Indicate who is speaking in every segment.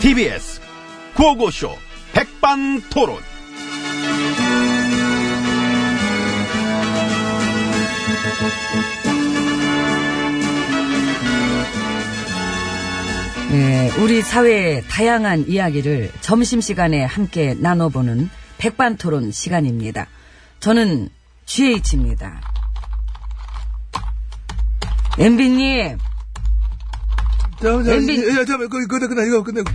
Speaker 1: TBS 구호고쇼 백반토론.
Speaker 2: 예, 우리 사회의 다양한 이야기를 점심시간에 함께 나눠보는 백반토론 시간입니다. 저는 GH입니다. MB님,
Speaker 3: 잠깐만,
Speaker 2: 엠비.
Speaker 3: 잠깐만, 야, 잠깐만, 그거, 그거, 그거, 이거 끝내고.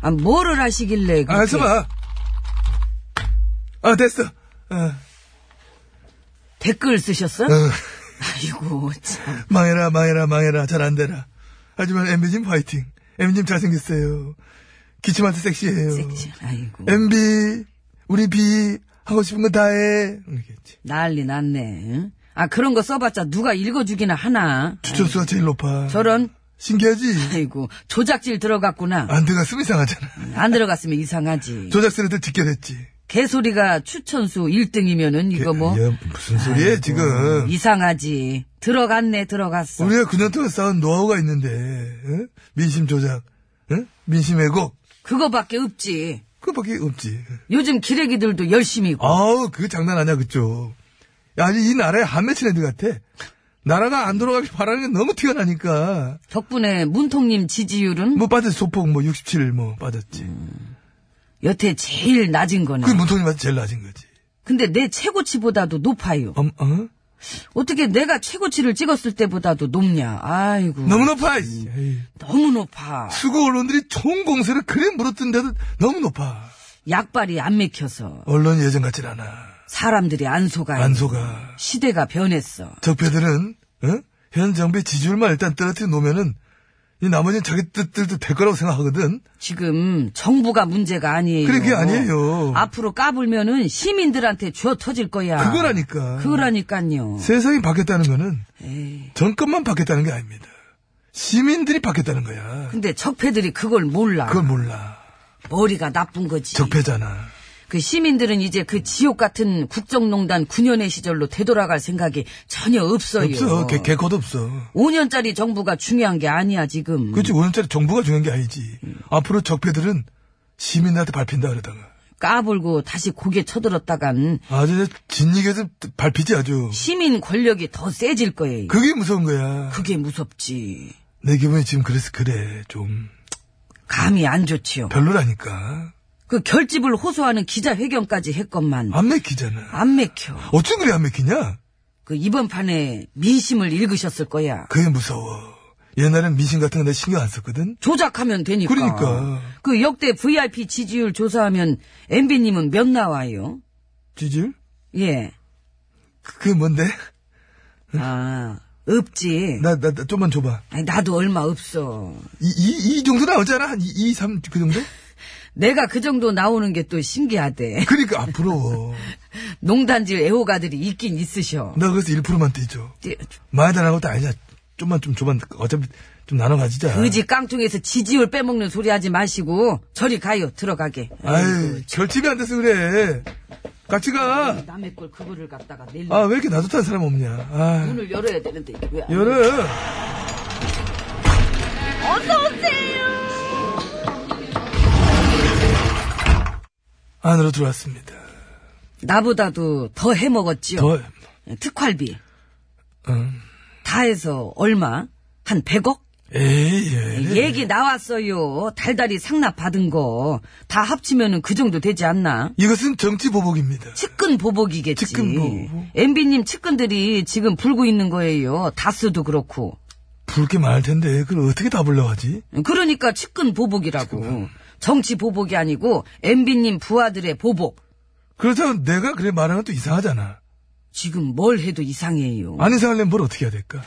Speaker 2: 아, 뭐를 하시길래
Speaker 3: 아,
Speaker 2: 그렇게
Speaker 3: 잠깐만. 아, 됐어. 아,
Speaker 2: 댓글 쓰셨어?
Speaker 3: 어,
Speaker 2: 아이고, 참.
Speaker 3: 망해라, 망해라, 망해라. 잘 안 되라. 하지만 MB님 화이팅. MB님 잘생겼어요. 기침한테 섹시해요.
Speaker 2: 섹시, 아이고.
Speaker 3: MB, 우리 B, 하고 싶은 거 다 해. 이렇겠지.
Speaker 2: 난리 났네. 응? 아, 그런 거 써봤자 누가 읽어주기나 하나.
Speaker 3: 추천수가 제일 높아.
Speaker 2: 저런.
Speaker 3: 신기하지?
Speaker 2: 아이고, 조작질 들어갔구나.
Speaker 3: 안 들어갔으면 이상하잖아.
Speaker 2: 안 들어갔으면 이상하지.
Speaker 3: 조작스레들 직결했지.
Speaker 2: 개소리가 추천수 1등이면은 이거 뭐.
Speaker 3: 야, 무슨 소리야, 지금.
Speaker 2: 이상하지. 들어갔네, 들어갔어.
Speaker 3: 우리가 9년 동안 쌓은 노하우가 있는데, 응? 민심 조작, 응? 민심 왜곡,
Speaker 2: 그거밖에 없지.
Speaker 3: 그거밖에 없지.
Speaker 2: 요즘 기레기들도 열심히 있고.
Speaker 3: 아우, 그거 장난 아니야, 그쪽. 야, 아주 이 나라에 한 맺힌 애들 같아. 나라가 안 돌아가길 바라는 게 너무 튀어나니까.
Speaker 2: 덕분에 문통님 지지율은
Speaker 3: 뭐 빠졌지, 소폭 뭐 67, 뭐 빠졌지.
Speaker 2: 여태 제일 낮은 거네.
Speaker 3: 그게 뭐- 문통님한테 제일 낮은 거지.
Speaker 2: 근데 내 최고치보다도 높아요.
Speaker 3: 엄, 어?
Speaker 2: 어떻게 내가 최고치를 찍었을 때보다도 높냐. 아이고.
Speaker 3: 너무 높아, 이씨. 에이,
Speaker 2: 너무 높아.
Speaker 3: 수고 언론들이 총 공세를 그래 물었던데도 너무 높아.
Speaker 2: 약발이 안 맥혀서.
Speaker 3: 언론 예전 같진 않아.
Speaker 2: 사람들이 안 속아요.
Speaker 3: 안 속아.
Speaker 2: 시대가 변했어.
Speaker 3: 적폐들은 어? 현 정부의 지지율만 일단 떨어뜨려 놓으면은 이 나머지는 자기 뜻들도 될 거라고 생각하거든.
Speaker 2: 지금 정부가 문제가 아니에요.
Speaker 3: 그래, 그게 아니에요.
Speaker 2: 앞으로 까불면은 시민들한테 쥐어 터질 거야.
Speaker 3: 그거라니까.
Speaker 2: 그거라니까요.
Speaker 3: 세상이 바뀌었다는 거는
Speaker 2: 에이,
Speaker 3: 정권만 바뀌었다는 게 아닙니다. 시민들이 바뀌었다는 거야.
Speaker 2: 근데 적폐들이 그걸 몰라.
Speaker 3: 그걸 몰라.
Speaker 2: 머리가 나쁜 거지.
Speaker 3: 적폐잖아.
Speaker 2: 그 시민들은 이제 그 지옥 같은 국정농단 9년의 시절로 되돌아갈 생각이 전혀 없어요.
Speaker 3: 없어. 개, 개코도 없어.
Speaker 2: 5년짜리 정부가 중요한 게 아니야 지금.
Speaker 3: 그렇지. 5년짜리 정부가 중요한 게 아니지. 앞으로 적폐들은 시민들한테 밟힌다 그러다가.
Speaker 2: 까불고 다시 고개 쳐들었다간
Speaker 3: 아주 진리에서 밟히지 아주.
Speaker 2: 시민 권력이 더 세질 거예요.
Speaker 3: 그게 무서운 거야.
Speaker 2: 그게 무섭지.
Speaker 3: 내 기분이 지금 그래서 그래. 좀
Speaker 2: 감이 안 좋지요.
Speaker 3: 별로라니까.
Speaker 2: 그 결집을 호소하는 기자회견까지 했건만
Speaker 3: 안 맥히잖아.
Speaker 2: 안 맥혀.
Speaker 3: 어쩜 그래 안 맥히냐?
Speaker 2: 그 이번 판에 민심을 읽으셨을 거야.
Speaker 3: 그게 무서워. 옛날엔 민심 같은 거 내 신경 안 썼거든?
Speaker 2: 조작하면 되니까.
Speaker 3: 그러니까.
Speaker 2: 그 역대 VIP 지지율 조사하면 MB님은 몇 나와요?
Speaker 3: 지질?
Speaker 2: 예.
Speaker 3: 그게 뭔데?
Speaker 2: 아, 없지.
Speaker 3: 나, 나, 나 좀만 줘봐.
Speaker 2: 아니, 나도 얼마 없어.
Speaker 3: 이, 이, 이 정도 나오잖아? 한 2, 2 3, 그 정도?
Speaker 2: 내가 그 정도 나오는 게 또 신기하대.
Speaker 3: 그러니까, 앞으로.
Speaker 2: 농단질 애호가들이 있긴 있으셔. 예,
Speaker 3: 나 그래서 1%만 뛰죠. 많이 달라는 것도 아니야. 좀만 좀 줘봐. 어차피 좀 나눠 가지자.
Speaker 2: 의지 깡통에서 지지율 빼먹는 소리 하지 마시고, 저리 가요, 들어가게.
Speaker 3: 아이, 결집이 안 돼서 그래. 같이 가.
Speaker 2: 남의 걸 그거를 갖다가 내
Speaker 3: 아, 왜 이렇게 나도탄 사람 없냐. 아,
Speaker 2: 문을 열어야 되는데, 이게 왜 안.
Speaker 3: 열어. 안으로 들어왔습니다.
Speaker 2: 나보다도 더 해먹었지요.
Speaker 3: 더, 어.
Speaker 2: 특활비.
Speaker 3: 음.
Speaker 2: 다 해서 얼마? 한 100억?
Speaker 3: 에이, 예.
Speaker 2: 얘기 나왔어요. 달달이 상납 받은 거. 다 합치면은 그 정도 되지 않나?
Speaker 3: 이것은 정치 보복입니다.
Speaker 2: 측근 보복이겠지.
Speaker 3: 측근 보복.
Speaker 2: MB님 측근들이 지금 불고 있는 거예요. 다스도 그렇고.
Speaker 3: 붉게 많을 텐데, 그걸 어떻게 다 보려고 하지?
Speaker 2: 그러니까 측근 보복이라고. 정치 보복이 아니고 MB님 부하들의 보복.
Speaker 3: 그렇다면 내가 그래 말하면 또 이상하잖아.
Speaker 2: 지금 뭘 해도 이상해요.
Speaker 3: 안 이상하려면 뭘 어떻게 해야 될까?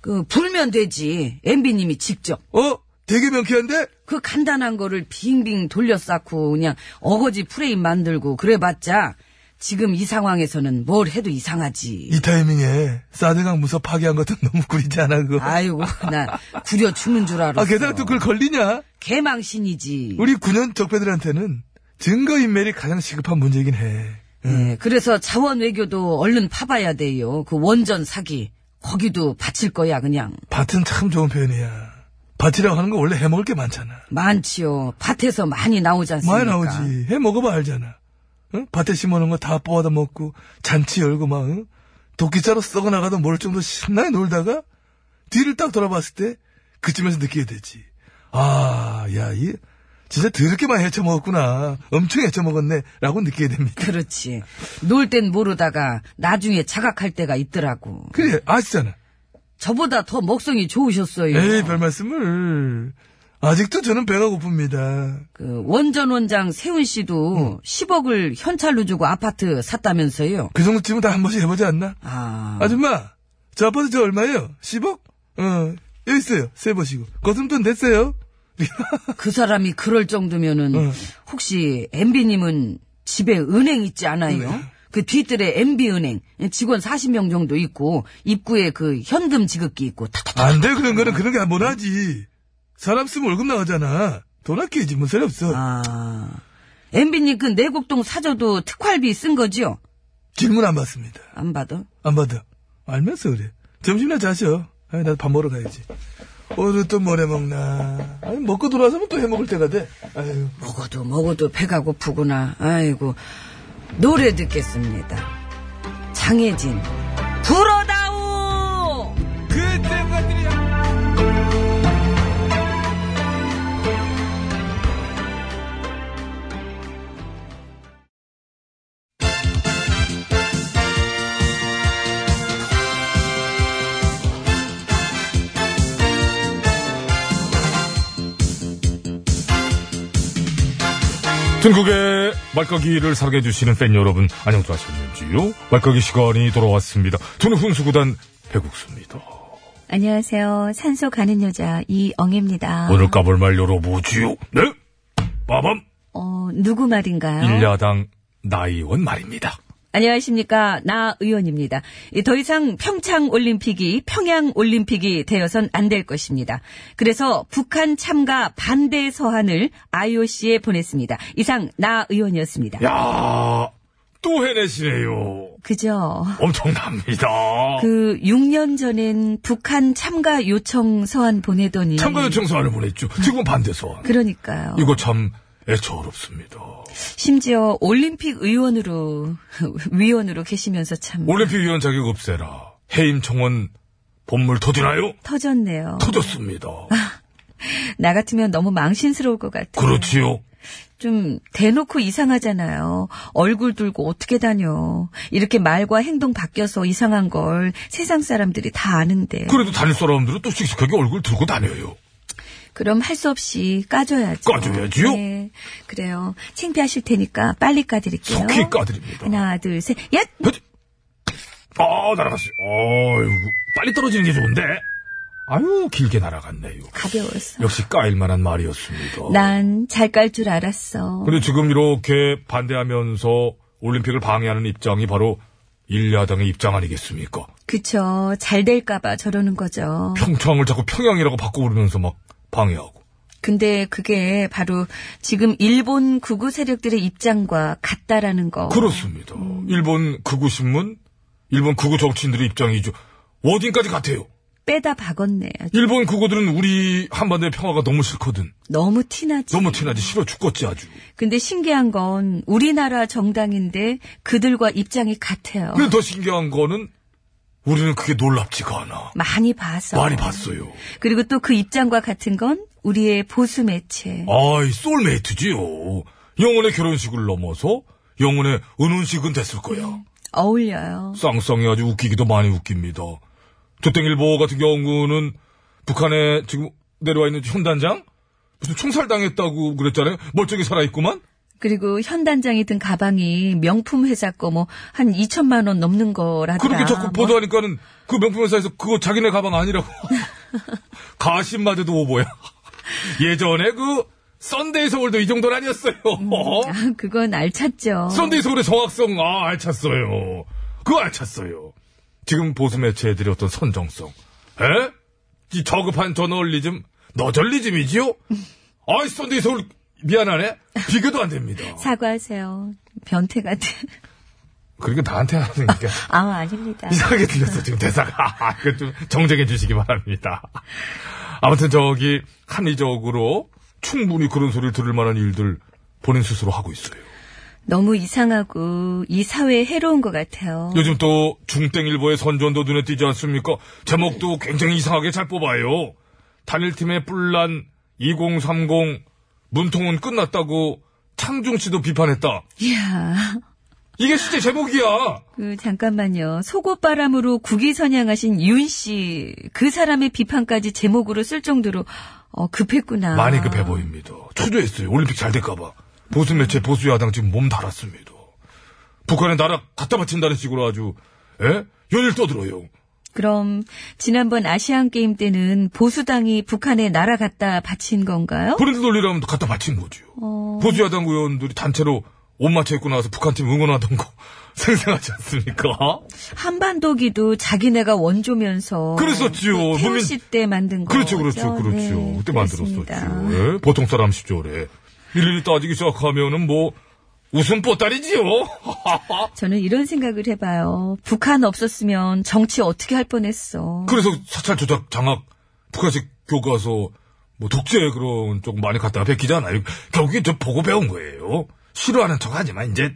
Speaker 2: 그 불면 되지. MB님이 직접.
Speaker 3: 어? 되게 명쾌한데?
Speaker 2: 그 간단한 거를 빙빙 돌려 쌓고 그냥 어거지 프레임 만들고 그래봤자 지금 이 상황에서는 뭘 해도 이상하지.
Speaker 3: 이 타이밍에 사대강 무서 파괴한 것도 너무 구리지 않아, 그거. 아,
Speaker 2: 아이고 나 구려 죽는 줄 알았어.
Speaker 3: 게다가 또 그걸 걸리냐?
Speaker 2: 개망신이지.
Speaker 3: 우리 9년 적배들한테는 증거인멸이 가장 시급한 문제이긴 해.
Speaker 2: 예, 그래서 자원 외교도 얼른 파봐야 돼요. 그 원전 사기 거기도 바칠 거야 그냥.
Speaker 3: 밭은 참 좋은 표현이야.
Speaker 4: 밭이라고 하는 거 원래 해먹을 게 많잖아.
Speaker 5: 많지요. 밭에서 많이 나오지 않습니까?
Speaker 4: 많이 나오지. 해 먹어봐 알잖아. 응? 밭에 심어놓은 거 다 뽑아다 먹고 잔치 열고 막 응? 도끼자로 썩어 나가도 모를 정도 신나게 놀다가 뒤를 딱 돌아봤을 때 그쯤에서 느끼게 되지. 아, 야, 이 진짜 더럽게 많이 헤쳐 먹었구나. 엄청 헤쳐 먹었네라고 느끼게 됩니다.
Speaker 5: 그렇지. 놀 땐 모르다가 나중에 자각할 때가 있더라고.
Speaker 4: 그래 아시잖아.
Speaker 5: 저보다 더 먹성이 좋으셨어요.
Speaker 4: 에이 별 말씀을. 아직도 저는 배가 고픕니다.
Speaker 5: 그 원전 원장 세훈 씨도 10억을 현찰로 주고 아파트 샀다면서요.
Speaker 4: 그 정도쯤은 다 한 번씩 해보지 않나?
Speaker 5: 아,
Speaker 2: 음.
Speaker 4: 아줌마, 저 아파트 저 얼마예요? 10억? 어, 여기 있어요. 세보시고. 거슴돈 됐어요?
Speaker 5: 그 사람이 그럴 정도면은
Speaker 4: 어.
Speaker 5: 혹시 MB님은 집에 은행 있지 않아요? 그 뒤뜰에 MB 은행 직원 40명 정도 있고 입구에 그 현금 지급기 있고 탁탁
Speaker 4: 안 돼, 그런 거는 그런 게 안 못하지. 사람 쓰면 월급 나가잖아. 돈 아끼지, 뭔 소리 없어.
Speaker 5: 아 MB님 그 내곡동 사저도 특활비 쓴 거지요?
Speaker 4: 질문 안 받습니다.
Speaker 5: 안 받아?
Speaker 4: 안 받아. 알면서 그래. 점심이나 자셔. 아니, 나도 밥 먹으러 가야지. 오늘 또 뭘 해먹나. 아니, 먹고 돌아서면 또 해먹을 때가 돼. 아유.
Speaker 5: 먹어도 먹어도 배가 고프구나. 아이고 노래 듣겠습니다. 장혜진 불어다오.
Speaker 3: 전국의 말까기를 사랑해주시는 팬 여러분, 안녕하셨는지요? 말까기 시간이 돌아왔습니다. 저는 훈수구단 배국수입니다.
Speaker 2: 안녕하세요. 산소 가는 여자 이엉입니다.
Speaker 3: 오늘 까볼 말 열어보지요? 네? 빠밤!
Speaker 2: 어, 누구 말인가요?
Speaker 3: 일야당 나이원 말입니다.
Speaker 2: 안녕하십니까. 나 의원입니다. 이더 이상 평창 올림픽이 평양 올림픽이 되어선 안 될 것입니다. 그래서 북한 참가 반대 서한을 IOC에 보냈습니다. 이상 나 의원이었습니다.
Speaker 3: 야, 또 해내시네요.
Speaker 2: 그죠?
Speaker 3: 엄청납니다.
Speaker 2: 그 6년 전엔 북한 참가 요청 서한 보내더니
Speaker 3: 참가 요청 서한을 보냈죠. 지금 반대 서한.
Speaker 2: 그러니까요.
Speaker 3: 이거 참 애처롭습니다.
Speaker 2: 심지어 올림픽 의원으로 위원으로 계시면서 참
Speaker 3: 올림픽 위원 자격 없애라. 해임 청원 본물 터지나요?
Speaker 2: 터졌네요.
Speaker 3: 터졌습니다.
Speaker 2: 나 같으면 너무 망신스러울 것 같아요.
Speaker 3: 그렇지요.
Speaker 2: 좀 대놓고 이상하잖아요. 얼굴 들고 어떻게 다녀. 이렇게 말과 행동 바뀌어서 이상한 걸 세상 사람들이 다 아는데.
Speaker 3: 그래도 다닐 사람들은 또 씩씩하게 얼굴 들고 다녀요.
Speaker 2: 럼 할 수 없이 까줘야죠.
Speaker 3: 까줘야지요?
Speaker 2: 네. 그래요. 창피하실 테니까 빨리 까드릴게요.
Speaker 3: 속히 까드립니다.
Speaker 2: 하나, 둘, 셋. 야!
Speaker 3: 헛! 아, 날아갔어요. 아이고, 빨리 떨어지는 게 좋은데. 아유, 길게 날아갔네요.
Speaker 2: 가벼웠어.
Speaker 3: 역시 까일 만한 말이었습니다.
Speaker 2: 난 잘 깔 줄 알았어.
Speaker 3: 근데 지금 이렇게 반대하면서 올림픽을 방해하는 입장이 바로 일야당의 입장 아니겠습니까?
Speaker 2: 그쵸. 잘 될까봐 저러는 거죠.
Speaker 3: 평창을 자꾸 평양이라고 바꿔부르면서 막 방해하고.
Speaker 2: 근데 그게 바로 지금 일본 극우 세력들의 입장과 같다라는 거.
Speaker 3: 그렇습니다. 일본 극우신문, 일본 극우 정치인들의 입장이죠. 워딩까지 같아요.
Speaker 2: 빼다 박았네요.
Speaker 3: 일본 극우들은 우리 한반도의 평화가 너무 싫거든.
Speaker 2: 너무 티나지.
Speaker 3: 너무 티나지 싫어 죽겠지 아주.
Speaker 2: 근데 신기한 건 우리나라 정당인데 그들과 입장이 같아요.
Speaker 3: 근데 더 신기한 거는 우리는 그게 놀랍지가 않아.
Speaker 2: 많이 봐서.
Speaker 3: 많이 봤어요.
Speaker 2: 그리고 또 그 입장과 같은 건 우리의 보수 매체.
Speaker 3: 아이 솔메이트지요. 영혼의 결혼식을 넘어서 영혼의 은혼식은 됐을 거야.
Speaker 2: 어울려요.
Speaker 3: 쌍쌍이 아주 웃기기도 많이 웃깁니다. 조땡일보 같은 경우는 북한에 지금 내려와 있는 현단장 무슨 총살당했다고 그랬잖아요. 멀쩡히 살아있구만.
Speaker 2: 그리고 현단장이 든 가방이 명품 회사 거 뭐 한 2천만 원 넘는 거라더라.
Speaker 3: 그렇게 자꾸
Speaker 2: 뭐
Speaker 3: 보도하니까는 그 명품 회사에서 그거 자기네 가방 아니라고 가심마저도 오보야. 예전에 그 썬데이 서울도 이 정도는 아니었어요.
Speaker 2: 아, 그건 알찼죠.
Speaker 3: 썬데이 서울의 정확성 아 알찼어요. 그거 알찼어요. 지금 보수 매체들의 어떤 선정성, 에? 이 저급한 저널리즘, 너절리즘이지요? 아이 썬데이 서울 미안하네. 비교도 안 됩니다.
Speaker 2: 사과하세요. 변태 같은.
Speaker 3: 그러니까 나한테 하는 게
Speaker 2: 아, 아닙니다.
Speaker 3: 이상하게 들렸어, 지금 대사가. 그 좀 정정해 주시기 바랍니다. 아무튼 저기 합리적으로 충분히 그런 소리를 들을 만한 일들 본인 스스로 하고 있어요.
Speaker 2: 너무 이상하고 이 사회에 해로운 것 같아요.
Speaker 3: 요즘 또 중땡일보의 선전도 눈에 띄지 않습니까? 제목도 굉장히 이상하게 잘 뽑아요. 단일팀의 뿔난 2030 문통은 끝났다고 창중 씨도 비판했다.
Speaker 2: 이야.
Speaker 3: 이게 실제 제목이야.
Speaker 2: 그 잠깐만요. 속옷바람으로 국위 선양하신 윤 씨, 그 사람의 비판까지 제목으로 쓸 정도로 어, 급했구나.
Speaker 3: 많이 그 급해 보입니다. 초조했어요. 올림픽 잘 될까봐. 보수 매체 보수 야당 지금 몸 달았습니다. 북한에 나라 갖다 바친다는 식으로 아주 예? 연일 떠들어요.
Speaker 2: 그럼 지난번 아시안 게임 때는 보수당이 북한에 날아갔다 바친 건가요?
Speaker 3: 본인들 논리라면 갖다 바친 거죠.
Speaker 2: 어.
Speaker 3: 보수 야당 의원들이 단체로 옷 맞춰 입고 나와서 북한 팀 응원하던 거 생생하지 않습니까?
Speaker 2: 한반도기도 자기네가 원조면서
Speaker 3: 그랬었지요.
Speaker 2: 그 태호
Speaker 3: 문민-
Speaker 2: 씨때 만든 거.
Speaker 3: 그렇죠, 그렇죠, 그렇죠.
Speaker 2: 네, 그렇습니다.
Speaker 3: 그때 만들었었죠. 예, 보통 사람 시절에. 일일이 따지기 시작하면은 뭐, 웃음 보따리지요.
Speaker 2: 저는 이런 생각을 해봐요. 북한 없었으면 정치 어떻게 할 뻔했어.
Speaker 3: 그래서 사찰 조작 장악, 북한식 교과서, 뭐, 독재 그런 쪽 많이 갖다 베끼잖아요. 결국엔 저 보고 배운 거예요. 싫어하는 척 하지만 이제,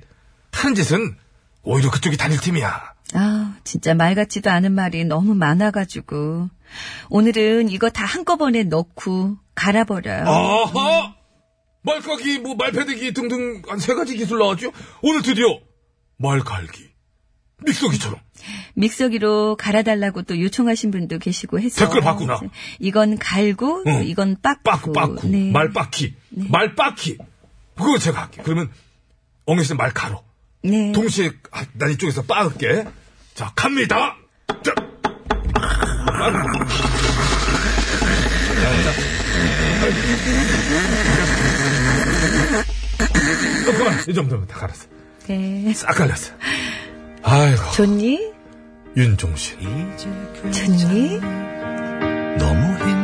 Speaker 3: 하는 짓은 오히려 그쪽이 다닐 팀이야.
Speaker 2: 아, 진짜 말 같지도 않은 말이 너무 많아가지고. 오늘은 이거 다 한꺼번에 넣고 갈아버려요.
Speaker 3: 아하! 음. 말까기, 뭐, 말패대기 등등 한 세 가지 기술 나왔죠? 오늘 드디어, 말갈기. 믹서기처럼.
Speaker 2: 음. 믹서기로 갈아달라고 또 요청하신 분도 계시고 해서.
Speaker 3: 댓글 봤구나.
Speaker 2: 이건 갈고, 또
Speaker 3: 응.
Speaker 2: 이건 빻고.
Speaker 3: 빠꾸, 빠꾸.
Speaker 2: 네.
Speaker 3: 말빠키. 말빠키. 그거 제가 할게요. 그러면, 엉이 씨는 말 가로.
Speaker 2: 네.
Speaker 3: 동시에, 아, 난 이쪽에서 빠을게. 자, 갑니다! 자. 어, 그만, 이 정도면 다 갈았어.
Speaker 2: 네.
Speaker 3: 싹 갈렸어. 아이고,
Speaker 2: 좋니?
Speaker 3: 윤종신.
Speaker 2: 좋니?
Speaker 6: 너무 힘그